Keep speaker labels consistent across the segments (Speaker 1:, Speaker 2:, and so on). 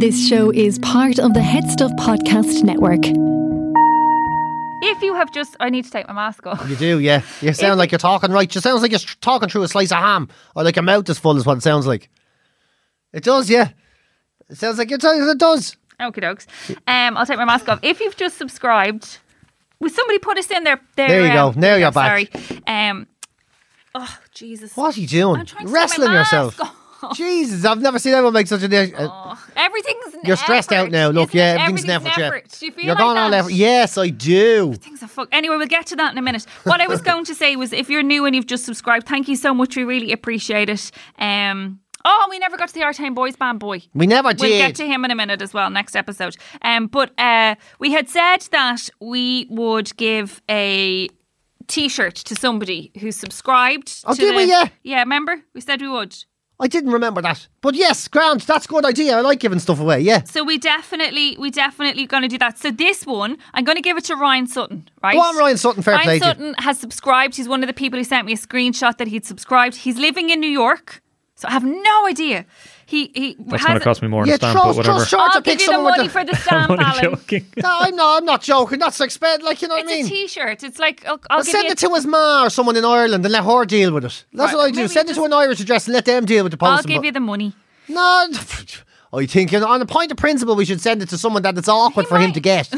Speaker 1: This show is part of the Head Stuff Podcast Network.
Speaker 2: If you have just, I need to take my mask off.
Speaker 3: You do, yeah. You sound like you're talking right. You sounds like you're tr- talking through a slice of ham, or like your mouth is full, is what it sounds like. It does, yeah. It sounds like you're talking. It does.
Speaker 2: Okay, dokes. Um, I'll take my mask off. If you've just subscribed, will somebody put us in there?
Speaker 3: There you go. Now you're back.
Speaker 2: Sorry. Um, oh Jesus!
Speaker 3: What are you doing?
Speaker 2: I'm trying to take my
Speaker 3: Wrestling
Speaker 2: mask
Speaker 3: yourself.
Speaker 2: off.
Speaker 3: Jesus, I've never seen anyone make such uh, an issue.
Speaker 2: Oh, everything's. an
Speaker 3: You're stressed
Speaker 2: effort,
Speaker 3: out now. Look,
Speaker 2: isn't it?
Speaker 3: yeah, everything's an effort. yeah.
Speaker 2: Do you feel
Speaker 3: You're
Speaker 2: like
Speaker 3: going
Speaker 2: that?
Speaker 3: all effort. Yes, I do.
Speaker 2: Things are fuck. Anyway, we'll get to that in a minute. What I was going to say was, if you're new and you've just subscribed, thank you so much. We really appreciate it. Um, oh, we never got to the Artane Boys Band boy.
Speaker 3: We never
Speaker 2: We'll
Speaker 3: did.
Speaker 2: get to him in a minute as well, next episode. Um, but uh, we had said that we would give a T-shirt to somebody who subscribed.
Speaker 3: Oh,
Speaker 2: to
Speaker 3: did we?
Speaker 2: the-
Speaker 3: Yeah.
Speaker 2: yeah. Remember, we said we would.
Speaker 3: I didn't remember that. But yes, Grant, that's a good idea. I like giving stuff away, yeah.
Speaker 2: So we definitely, we definitely going to do that. So this one, I'm going to give it to Ryan Sutton. Right?
Speaker 3: Go on, Ryan Sutton, fair
Speaker 2: Ryan
Speaker 3: play to you.
Speaker 2: Sutton has subscribed. He's one of the people who sent me a screenshot that he'd subscribed. He's living in New York, so I have no idea. He he
Speaker 4: That's
Speaker 2: has.
Speaker 4: going to cost me more than
Speaker 3: Yeah,
Speaker 4: a stamp, but
Speaker 3: trust,
Speaker 4: whatever.
Speaker 3: trust, short
Speaker 2: I'll
Speaker 3: to
Speaker 2: give
Speaker 3: pick
Speaker 2: you the
Speaker 3: someone
Speaker 2: money
Speaker 3: with
Speaker 2: for
Speaker 3: the.
Speaker 2: the stamp,
Speaker 4: I'm only
Speaker 2: Alan.
Speaker 4: joking.
Speaker 3: No, I'm not, I'm not joking. That's expected, like, you know
Speaker 2: It's
Speaker 3: what I mean?
Speaker 2: a T-shirt. It's like I'll, I'll
Speaker 3: Well,
Speaker 2: give
Speaker 3: send
Speaker 2: you.
Speaker 3: it to his ma or someone in Ireland and let her deal with it. That's
Speaker 2: Right,
Speaker 3: what I do.
Speaker 2: maybe
Speaker 3: Send it
Speaker 2: just-
Speaker 3: to an Irish address and let them deal with the
Speaker 2: I'll
Speaker 3: posting.
Speaker 2: give you the money.
Speaker 3: but- no, I think you know, on a point of principle, we should send it to someone that it's awkward
Speaker 2: He
Speaker 3: for him
Speaker 2: might.
Speaker 3: to get,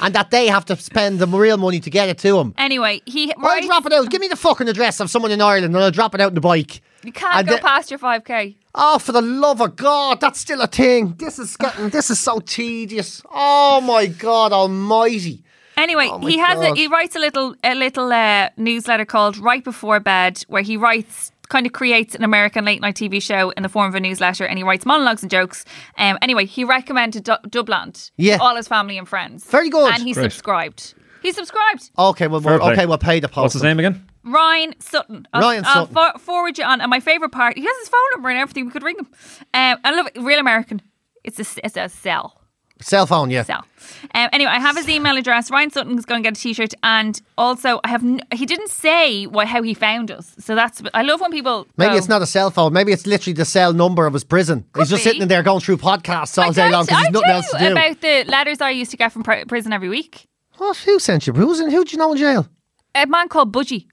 Speaker 3: and that they have to spend the real money to get it to him.
Speaker 2: Anyway, he
Speaker 3: I'll
Speaker 2: writes,
Speaker 3: drop it out. Give me the fucking address of someone in Ireland, and I'll drop it out in the bike.
Speaker 2: You can't
Speaker 3: and
Speaker 2: go
Speaker 3: the-
Speaker 2: past your five k.
Speaker 3: Oh, for the love of God, that's still a thing. This is getting. this is so tedious. Oh my God Almighty.
Speaker 2: Anyway,
Speaker 3: Oh my
Speaker 2: he has a,
Speaker 3: God.
Speaker 2: he writes a little a little uh, newsletter called Right Before Bed, where he writes kind of creates an American late night TV show in the form of a newsletter, and he writes monologues and jokes. Um, anyway, he recommended du- Dublin
Speaker 3: Yeah.
Speaker 2: to all his family and friends.
Speaker 3: Very good.
Speaker 2: and he
Speaker 4: Great.
Speaker 2: subscribed. He subscribed.
Speaker 3: Okay, well,
Speaker 4: Fair
Speaker 3: we'll
Speaker 4: play.
Speaker 3: okay, we'll pay the post.
Speaker 4: What's his name again?
Speaker 2: Ryan Sutton. I'll,
Speaker 3: Ryan
Speaker 2: I'll
Speaker 3: Sutton.
Speaker 2: for- forward you on. And my favourite part, he has his phone number and everything. We could ring him. Um, I love it. Real American. It's a, it's a cell.
Speaker 3: Cell phone, yeah.
Speaker 2: So, um, anyway, I have his email address. Ryan Sutton's going to get a T-shirt, and also I have. N- he didn't say why how he found us, so that's. I love when people.
Speaker 3: Maybe
Speaker 2: go,
Speaker 3: it's not a cell phone. Maybe it's literally the cell number of his prison. he's just
Speaker 2: be.
Speaker 3: sitting there going through podcasts
Speaker 2: I
Speaker 3: all day
Speaker 2: tell-
Speaker 3: long because
Speaker 2: I
Speaker 3: he's nothing
Speaker 2: tell
Speaker 3: else to
Speaker 2: you
Speaker 3: do.
Speaker 2: About the letters I used to get from pr- prison every week,
Speaker 3: What? Who sent you? Who's in? Who do you know in jail?
Speaker 2: a man called Budgie.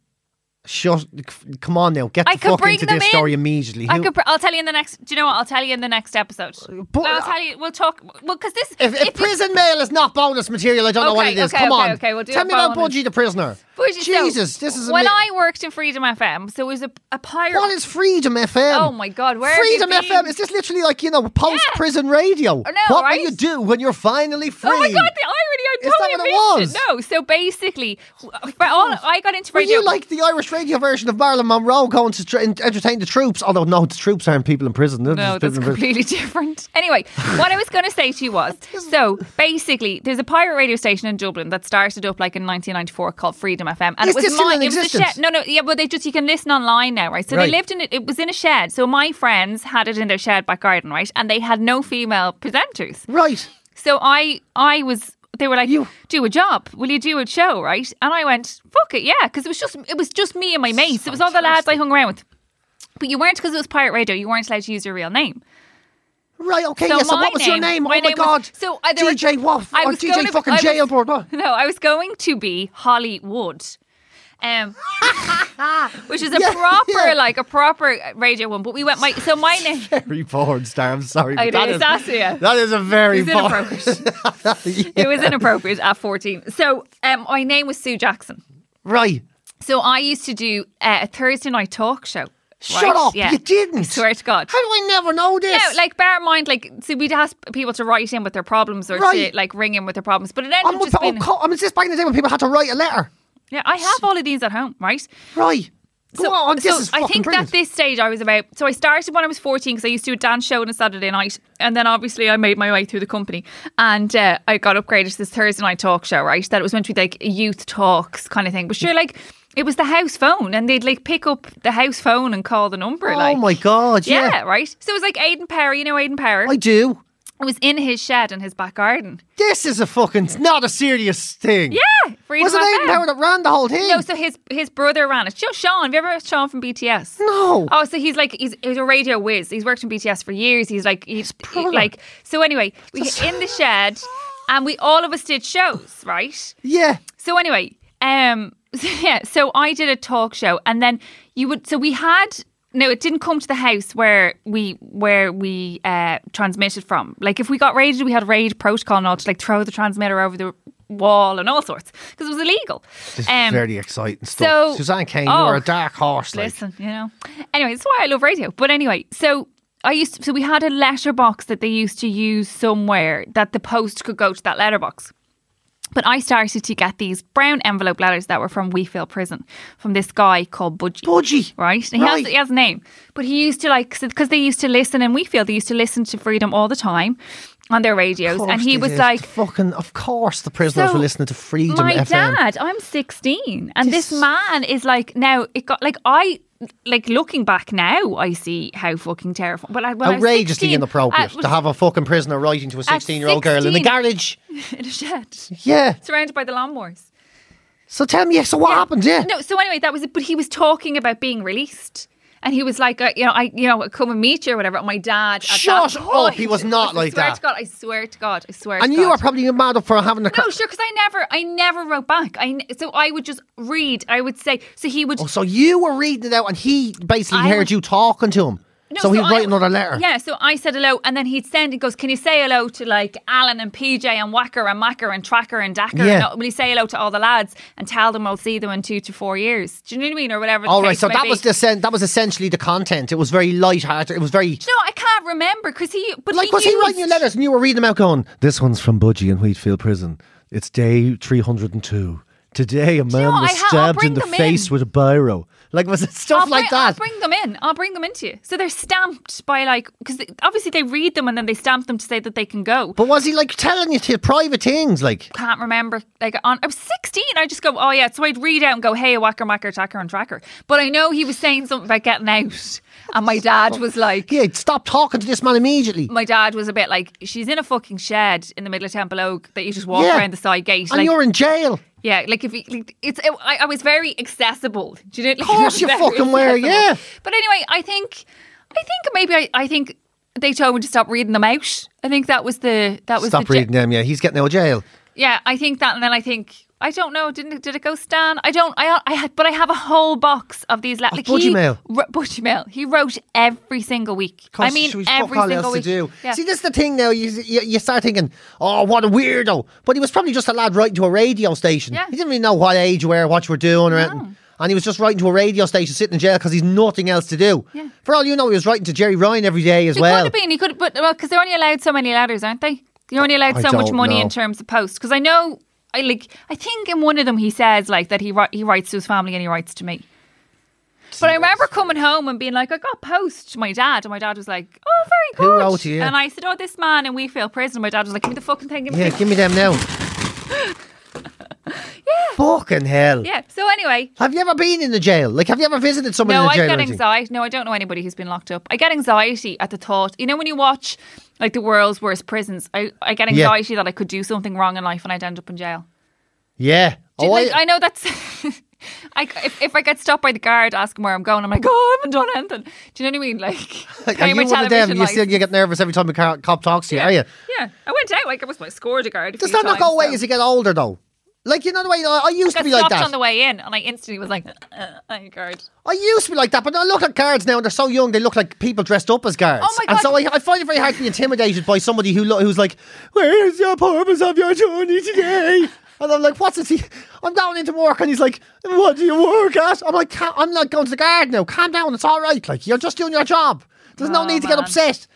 Speaker 3: Shut! c- Come on now, get
Speaker 2: I
Speaker 3: the
Speaker 2: could
Speaker 3: fuck
Speaker 2: bring
Speaker 3: into
Speaker 2: them
Speaker 3: this
Speaker 2: in.
Speaker 3: story immediately.
Speaker 2: I
Speaker 3: Who-
Speaker 2: could. Pr- I'll tell you in the next. Do you know what? I'll tell you in the next episode.
Speaker 3: But-
Speaker 2: I'll tell you. We'll talk. Well, because this.
Speaker 3: if, if,
Speaker 2: you-
Speaker 3: prison mail is not bonus material, I don't know what
Speaker 2: Okay,
Speaker 3: it is.
Speaker 2: okay,
Speaker 3: Come
Speaker 2: okay,
Speaker 3: on,
Speaker 2: okay, we'll do
Speaker 3: tell
Speaker 2: a
Speaker 3: me about
Speaker 2: bonus.
Speaker 3: Budgie the prisoner.
Speaker 2: Budgie, so
Speaker 3: Jesus, this is
Speaker 2: when
Speaker 3: ama-
Speaker 2: I worked in Freedom FM, so it was a, a pirate.
Speaker 3: What is Freedom FM?
Speaker 2: Oh my God, where have you
Speaker 3: Freedom
Speaker 2: been? Oh,
Speaker 3: FM? Is this literally like you know post-prison radio?
Speaker 2: I know,
Speaker 3: what
Speaker 2: right?
Speaker 3: will you do when you're finally free?
Speaker 2: Oh my god, the irony! I
Speaker 3: Is that
Speaker 2: totally
Speaker 3: what it
Speaker 2: missed
Speaker 3: was? Oh
Speaker 2: No, so basically, for all, I got into
Speaker 3: Were
Speaker 2: radio.
Speaker 3: you like the Irish radio version of Marilyn Monroe going to tr- entertain the troops? Although no, the troops aren't people in prison. They're
Speaker 2: no,
Speaker 3: just people
Speaker 2: that's
Speaker 3: in prison.
Speaker 2: completely different. Anyway, what I was going to say to you was so basically, there's a pirate radio station in Dublin that started up like in 1994 called Freedom FM, and
Speaker 3: Is
Speaker 2: it was
Speaker 3: this still
Speaker 2: my
Speaker 3: in
Speaker 2: it was a
Speaker 3: existence?
Speaker 2: shed. No, no, yeah, but they just you can listen online now, right? So they
Speaker 3: Right.
Speaker 2: lived in it. It was in a shed. So my friends had it in their shed back garden, right? And they had no female presenters.
Speaker 3: Right.
Speaker 2: So I I was they were like do a job will you do a show right and I went fuck it yeah because it was just it was just me and my mates it was all the lads I hung around with but you weren't because it was pirate radio you weren't allowed to use your real name
Speaker 3: Right, okay,
Speaker 2: So
Speaker 3: yeah, so
Speaker 2: my
Speaker 3: what was your
Speaker 2: name-
Speaker 3: name?
Speaker 2: my
Speaker 3: oh my
Speaker 2: name was-
Speaker 3: god.
Speaker 2: so, uh, there were-
Speaker 3: DJ Waff
Speaker 2: I
Speaker 3: or
Speaker 2: was
Speaker 3: DJ
Speaker 2: gonna-
Speaker 3: fucking
Speaker 2: I was-
Speaker 3: jailbird. what?
Speaker 2: no I was going to be Hollywood um which is a
Speaker 3: Yeah,
Speaker 2: proper
Speaker 3: yeah.
Speaker 2: like a proper radio one but we went my so my name
Speaker 3: Very porn star, I'm sorry.
Speaker 2: I
Speaker 3: but that
Speaker 2: know,
Speaker 3: is,
Speaker 2: that's it, yeah.
Speaker 3: that is a very
Speaker 2: It's
Speaker 3: porn.
Speaker 2: inappropriate.
Speaker 3: Yeah.
Speaker 2: it was inappropriate at 14 so um my name was Sue Jackson
Speaker 3: Right.
Speaker 2: So I used to do uh, a Thursday night talk show.
Speaker 3: Shut
Speaker 2: right?
Speaker 3: up,
Speaker 2: Yeah.
Speaker 3: you didn't.
Speaker 2: I swear to God.
Speaker 3: How do I never know
Speaker 2: No,
Speaker 3: this?
Speaker 2: like bear in mind, like so we'd ask people to write in with their problems or
Speaker 3: Right.
Speaker 2: to like ring in with their problems, but it ended
Speaker 3: I'm,
Speaker 2: up
Speaker 3: with-
Speaker 2: just
Speaker 3: oh,
Speaker 2: being
Speaker 3: co- I mean, is this back in the day when people had to write a letter?
Speaker 2: yeah. I have all of these at home, right?
Speaker 3: Right. Go on, this
Speaker 2: so
Speaker 3: is
Speaker 2: I
Speaker 3: fucking
Speaker 2: think
Speaker 3: brilliant.
Speaker 2: at this stage I was about. So I started when I was fourteen because I used to do a dance show on a Saturday night, and then obviously I made my way through the company, and uh, I got upgraded to this Thursday night talk show. Right, that it was meant to be like a youth talks kind of thing, but sure, like it was the house phone, and they'd like pick up the house phone and call the number.
Speaker 3: oh
Speaker 2: like,
Speaker 3: my god,
Speaker 2: Yeah,
Speaker 3: yeah.
Speaker 2: right. So it was like Aiden Perry, you know Aiden Perry.
Speaker 3: I do.
Speaker 2: It was in his shed in his back garden.
Speaker 3: This is a fucking not a serious thing.
Speaker 2: Yeah, Freedom
Speaker 3: Was it Aiden
Speaker 2: FM.
Speaker 3: Power that ran the whole thing?
Speaker 2: No, so his his brother ran it. You know Sean? Have you ever heard of Sean from BTS?
Speaker 3: No.
Speaker 2: Oh, so he's like he's, he's a radio whiz. He's worked in BTS for years. He's like he's he-
Speaker 3: brother.
Speaker 2: like so. Anyway, we in the shed, and we all of us did shows, right?
Speaker 3: Yeah.
Speaker 2: So anyway, um, so yeah, so I did a talk show, and then you would. So we had no, it didn't come to the house where we where we uh, transmitted from. Like if we got raided, we had raid protocol and all to like throw the transmitter over the wall and all sorts because it was illegal.
Speaker 3: This
Speaker 2: Um,
Speaker 3: is very exciting stuff.
Speaker 2: so-
Speaker 3: Suzanne Kane,
Speaker 2: oh.
Speaker 3: you're a dark horse. Like.
Speaker 2: Listen, you know. Anyway, that's why I love radio. But anyway, so I used to, so we had a letterbox that they used to use somewhere that the post could go to that letterbox. But I started to get these brown envelope letters that were from Weefield Prison from this guy called Budgie.
Speaker 3: Budgie.
Speaker 2: Right? And he,
Speaker 3: Right.
Speaker 2: Has, he has a name. But he used to like, because they used to listen in Weefield, they used to listen to Freedom all the time on their
Speaker 3: Of
Speaker 2: radios.
Speaker 3: course
Speaker 2: And he
Speaker 3: they
Speaker 2: was
Speaker 3: did.
Speaker 2: like,
Speaker 3: The fucking, of course, the prisoners
Speaker 2: So,
Speaker 3: were listening to Freedom
Speaker 2: my
Speaker 3: FM.
Speaker 2: dad i'm 16 and this,
Speaker 3: This-
Speaker 2: man is like now it got like i like looking back now i see how fucking terrifying but I, when I was
Speaker 3: Outrageously
Speaker 2: 16, I
Speaker 3: inappropriate
Speaker 2: was
Speaker 3: to have a fucking prisoner writing to a 16 year old girl in the
Speaker 2: 16.
Speaker 3: garage.
Speaker 2: in a shed
Speaker 3: Yeah.
Speaker 2: surrounded by the lawnmowers
Speaker 3: So tell me, yeah, so what happened? Yeah.
Speaker 2: no so anyway that was it but he was talking about being released and he was like, uh, you know, I, you know, come and meet you or whatever. And my dad, at
Speaker 3: Shut
Speaker 2: that
Speaker 3: up,
Speaker 2: point-
Speaker 3: he was not
Speaker 2: I
Speaker 3: like
Speaker 2: swear
Speaker 3: that.
Speaker 2: To God, I swear to God, I swear.
Speaker 3: and
Speaker 2: to
Speaker 3: you
Speaker 2: God.
Speaker 3: are probably mad up for having a.
Speaker 2: No,
Speaker 3: cra-
Speaker 2: sure, because I never, I never wrote back. I n- so I would just read. I would say, so he would
Speaker 3: oh, so you were reading it out, and he basically
Speaker 2: I
Speaker 3: heard
Speaker 2: would-
Speaker 3: you talking to him. so, he'd
Speaker 2: I-
Speaker 3: write another letter.
Speaker 2: Yeah, so I said hello, and then he'd send. He goes, "Can you say hello to like Alan and PJ and Wacker and Macker and Tracker and Dacker?
Speaker 3: Yeah.
Speaker 2: And, uh, will you say hello to all the lads and tell them I'll see them in two to four years? Do you know what I mean, or whatever?
Speaker 3: All
Speaker 2: the
Speaker 3: right,
Speaker 2: case
Speaker 3: so
Speaker 2: may
Speaker 3: that
Speaker 2: be.
Speaker 3: was the sen- that was essentially the content. It was very light-hearted. It was very
Speaker 2: No, I can't remember because he. But
Speaker 3: like
Speaker 2: he
Speaker 3: was he
Speaker 2: used-
Speaker 3: writing you letters and you were reading them out, going, "This one's from Budgie in Wheatfield Prison. It's day three hundred and two. Today, a man
Speaker 2: know what?
Speaker 3: was
Speaker 2: I ha- I'll
Speaker 3: stabbed
Speaker 2: bring
Speaker 3: in the
Speaker 2: them
Speaker 3: face
Speaker 2: in."
Speaker 3: with a biro." Like was it stuff
Speaker 2: I'll
Speaker 3: like
Speaker 2: bring,
Speaker 3: that?
Speaker 2: I'll bring them in. I'll bring them into you. So they're stamped by like because obviously they read them and then they stamp them to say that they can go.
Speaker 3: but was he like telling you to private things? Like
Speaker 2: can't remember. Like on, I was sixteen. I just go, oh yeah. So I'd read out and go, hey, whacker, macker, tacker, and tracker. But I know he was saying something about getting out, and my
Speaker 3: Oh.
Speaker 2: dad was like,
Speaker 3: yeah, stop talking to this man immediately.
Speaker 2: my dad was a bit like, she's in a fucking shed in the middle of Temple Oak that you just walk
Speaker 3: Yeah.
Speaker 2: around the side gate.
Speaker 3: and
Speaker 2: like,
Speaker 3: you're in jail.
Speaker 2: yeah, like if you, like, it's, it, I, I was very accessible. Do you know? Of
Speaker 3: course you fucking were, yeah.
Speaker 2: But anyway, I think, I think maybe I, I think they told me to stop reading them out. I think that was the that was
Speaker 3: Stop
Speaker 2: the ge-
Speaker 3: reading them. Yeah, he's getting out of jail.
Speaker 2: Yeah, I think that, and then I think I don't know. Didn't it- did it go Stan? I don't. I I had, but I have a whole box of these. letters.
Speaker 3: budgie
Speaker 2: he,
Speaker 3: mail.
Speaker 2: wr- budgie mail. He wrote every single week. I
Speaker 3: Course,
Speaker 2: mean,
Speaker 3: she was fuck
Speaker 2: every
Speaker 3: all
Speaker 2: single
Speaker 3: else
Speaker 2: week.
Speaker 3: to do.
Speaker 2: Yeah.
Speaker 3: See, this is the thing now. You, you you start thinking, oh, what a weirdo. But he was probably just a lad writing to a radio station.
Speaker 2: Yeah.
Speaker 3: He didn't really know what age you were, what you were doing, or anything. And he was just writing to a radio station, sitting in jail because he's nothing else to do.
Speaker 2: Yeah.
Speaker 3: For all you know, he was writing to Jerry Ryan every day as
Speaker 2: he
Speaker 3: well.
Speaker 2: could have been. He could, but well, because they're only allowed so many letters, aren't they? You're only allowed
Speaker 3: I
Speaker 2: so much
Speaker 3: don't
Speaker 2: money
Speaker 3: know.
Speaker 2: in terms of post. Because I know, I like. I think in one of them he says like that he wri- he writes to his family and he writes to me. But I remember coming home and being like, I got post to my dad, and my dad was like, "Oh, very
Speaker 3: Who
Speaker 2: good."
Speaker 3: wrote you?
Speaker 2: And I said, "Oh, this man in Weefield Prison." And my dad was like, "Give me the fucking thing." Give me the
Speaker 3: Yeah, give me them now. Fucking hell.
Speaker 2: Yeah. So anyway,
Speaker 3: Have you ever been in the jail? Like, have you ever visited someone
Speaker 2: no,
Speaker 3: in
Speaker 2: I
Speaker 3: the jail? or
Speaker 2: get
Speaker 3: anything?
Speaker 2: anxiety. No, I don't know anybody who's been locked up. I get anxiety at the thought. You know, when you watch like the world's worst prisons, I, I get
Speaker 3: Yeah.
Speaker 2: anxiety that I could do something wrong in life and I'd end up in jail.
Speaker 3: Yeah.
Speaker 2: Do
Speaker 3: Oh,
Speaker 2: you-
Speaker 3: I-
Speaker 2: like, I, know that's. I, if, if I get stopped by the guard asking where I'm going, I'm like, oh, I haven't done anything. Do you know what I mean? Like,
Speaker 3: are
Speaker 2: pay
Speaker 3: you
Speaker 2: my
Speaker 3: one of them?
Speaker 2: television
Speaker 3: You still
Speaker 2: license.
Speaker 3: you get nervous every time a car- cop talks to you, are you?
Speaker 2: Yeah, I went out. Like, I was my scored a guard. a
Speaker 3: Does
Speaker 2: few
Speaker 3: that not
Speaker 2: times,
Speaker 3: go away
Speaker 2: so-
Speaker 3: as you get older, though? Like, you know the way I, I used to
Speaker 2: Got
Speaker 3: be like
Speaker 2: stopped
Speaker 3: that.
Speaker 2: on the way in, and I instantly was like, uh, uh, guard.
Speaker 3: I used to be like that, but I look at guards now and they're so young, they look like people dressed up as guards.
Speaker 2: Oh my
Speaker 3: And
Speaker 2: God.
Speaker 3: so I, I find it very hard to be intimidated by somebody who lo- who's like, Where is your purpose of your journey today? And I'm like, What's it? he- I'm going into work and he's like, What do you work at? I'm like, "Ca- I'm not going to the guard now. Calm down. It's all right. Like, you're just doing your job. There's no
Speaker 2: Oh,
Speaker 3: need to get
Speaker 2: man.
Speaker 3: upset.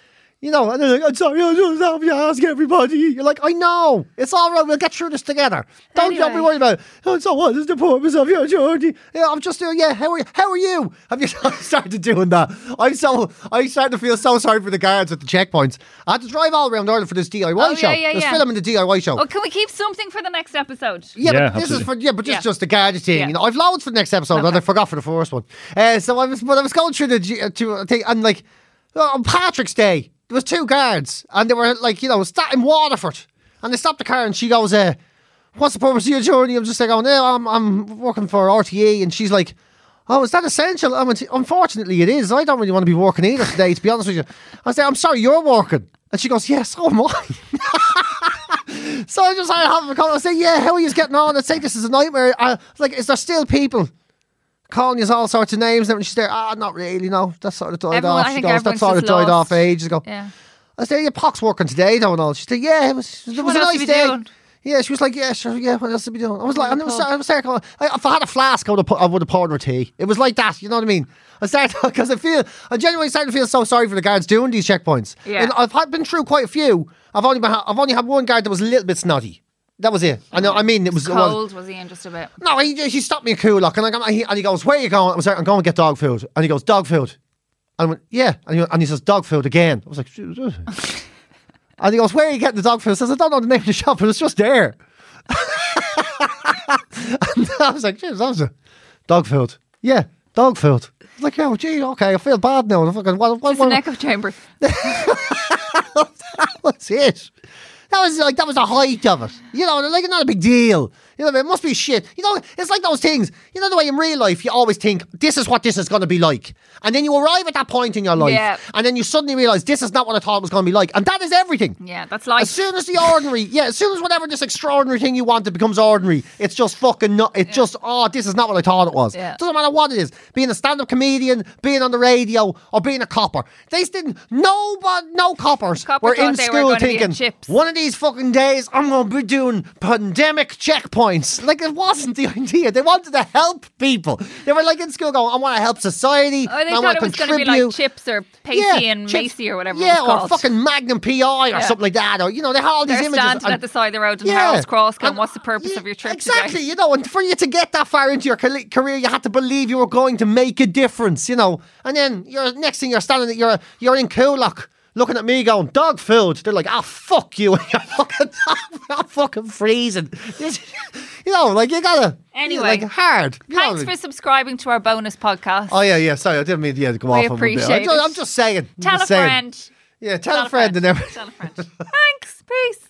Speaker 3: You know, and they're like, I'm sorry, I just have to ask everybody. You're like, I know, it's all right, we'll get through this together. Don't, don't be
Speaker 2: Anyway.
Speaker 3: worried about. It. Oh, so what is the purpose of your journey? Yeah, I'm just doing. Yeah, how are you? How are you? Have you I started doing that? I'm so I started to feel so sorry for the guards at the checkpoints. I had to drive all around Ireland for this DIY
Speaker 2: Oh, yeah,
Speaker 3: show.
Speaker 2: yeah,
Speaker 3: There's
Speaker 2: yeah.
Speaker 3: filming the DIY show.
Speaker 2: Oh, can we keep something for the next episode?
Speaker 3: Yeah,
Speaker 4: Yeah,
Speaker 3: but this is
Speaker 4: absolutely.
Speaker 3: for yeah, but this is
Speaker 2: Yeah.
Speaker 3: just the guard thing.
Speaker 2: Yeah.
Speaker 3: You know, I've loads for the next episode, and I forgot for the first one. Uh, so I was, but I was going through the G- uh, to uh, thing, and like uh, on Patrick's Day, There was two guards, and they were like, you know, start in Waterford, and they stopped the car, and she goes, uh, "What's the purpose of your journey?" I'm just like, "Oh no, I'm I'm working for RTE," and she's like. Oh, is that essential? I went, unfortunately, it is. I don't really want to be working either today, to be honest with you. I said, I'm sorry, you're working. And she goes, Yes, so am I. So I just started having a call. I say, yeah, how are you getting on? I say, this is a nightmare. I, like, is there still people calling you all sorts of names? And she's there, ah, not really, no. That sort of died
Speaker 2: Everyone-
Speaker 3: off.
Speaker 2: I
Speaker 3: She
Speaker 2: think
Speaker 3: goes, that
Speaker 2: everyone's
Speaker 3: sort of
Speaker 2: just
Speaker 3: died
Speaker 2: lost.
Speaker 3: off ages ago.
Speaker 2: Yeah.
Speaker 3: I say, your pox working today, don't know. She said, yeah, it was, it was
Speaker 2: What
Speaker 3: a
Speaker 2: else
Speaker 3: nice
Speaker 2: you be
Speaker 3: day.
Speaker 2: doing?
Speaker 3: Yeah, she was like, yeah, sure, yeah, what else to be doing? I was like,
Speaker 2: the
Speaker 3: and it was,
Speaker 2: pub.
Speaker 3: I was there, going, I, if I had a flask, I would have, put, I would have poured her tea. It was like that, you know what I mean? I started, because I feel, I genuinely started to feel so sorry for the guards doing these checkpoints.
Speaker 2: Yeah.
Speaker 3: And I've had, been through quite a few. I've only been, I've only had one guard that was a little bit snotty. That was it. I know, I mean, it was, it was-
Speaker 2: Cold was he in just a bit?
Speaker 3: no, he, he stopped me in Coolock and, I, he, and he goes, Where are you going? I was like, I'm going to get dog food. And he goes, Dog food. And I went, Yeah. And he, and he says, Dog food again. I was like, And he goes, Where are you getting the dog food? I says, I don't know the name of the shop, but it's just there. and I was like, Jeez, that was a dog food. Yeah, dog food. I was like, Oh, gee, okay, I feel bad now. Fucking, what, what,
Speaker 2: It's an
Speaker 3: what,
Speaker 2: echo chamber.
Speaker 3: What's it? That was like that was the height of it. You know, like not a big deal. You know, what I mean? it must be shit. You know, it's like those things. You know the way in real life you always think this is what this is going to be like, and then you arrive at that point in your life,
Speaker 2: Yeah.
Speaker 3: and then you suddenly realize this is not what I thought it was going to be like, and that is everything.
Speaker 2: Yeah, that's life.
Speaker 3: As soon as the ordinary, yeah, as soon as whatever this extraordinary thing you wanted becomes ordinary, it's just fucking not. It's just oh, this is not what I thought it was.
Speaker 2: Yeah.
Speaker 3: Doesn't matter what it is, being a stand-up comedian, being on the radio, or being a copper. They didn't. No, but no coppers
Speaker 2: Copper
Speaker 3: were
Speaker 2: thought
Speaker 3: in
Speaker 2: they were
Speaker 3: school
Speaker 2: gonna be
Speaker 3: thinking
Speaker 2: in chips.
Speaker 3: one of these fucking days I'm going to be doing pandemic checkpoints. Like it wasn't the idea. They wanted to help people. They were like in school going, I want to help society.
Speaker 2: Oh, they
Speaker 3: I
Speaker 2: thought
Speaker 3: want
Speaker 2: it
Speaker 3: to
Speaker 2: was going to be
Speaker 3: contribute.
Speaker 2: like chips or Pacey and
Speaker 3: chips.
Speaker 2: Macy or whatever.
Speaker 3: Yeah,
Speaker 2: it was called.
Speaker 3: or fucking Magnum PI or
Speaker 2: Yeah.
Speaker 3: something like that. Or you know, they had all these
Speaker 2: They're
Speaker 3: images.
Speaker 2: standing
Speaker 3: and-
Speaker 2: at the side of the road in
Speaker 3: yeah.
Speaker 2: Harold's Cross going,
Speaker 3: And-
Speaker 2: what's the purpose
Speaker 3: yeah,
Speaker 2: of your trip
Speaker 3: Exactly,
Speaker 2: today?
Speaker 3: you know, and for you to get that far into your cali- career, you had to believe you were going to make a difference, you know. And then you're next thing you're standing, you're you're in Coolock looking at me going, dog food. They're like, ah, fuck you. you're fucking, I'm fucking freezing. you know, like you gotta.
Speaker 2: Anyway.
Speaker 3: like hard. You know what
Speaker 2: Thanks
Speaker 3: I mean?
Speaker 2: for subscribing to our bonus podcast.
Speaker 3: Oh yeah, yeah. Sorry, I didn't mean yeah, to go off. on one bit. I
Speaker 2: appreciate
Speaker 3: ju-
Speaker 2: it.
Speaker 3: I'm just saying. I'm
Speaker 2: Tell
Speaker 3: just
Speaker 2: a
Speaker 3: saying.
Speaker 2: friend.
Speaker 3: Yeah, tell, a friend, and everything.
Speaker 2: Tell a friend. Thanks. Peace.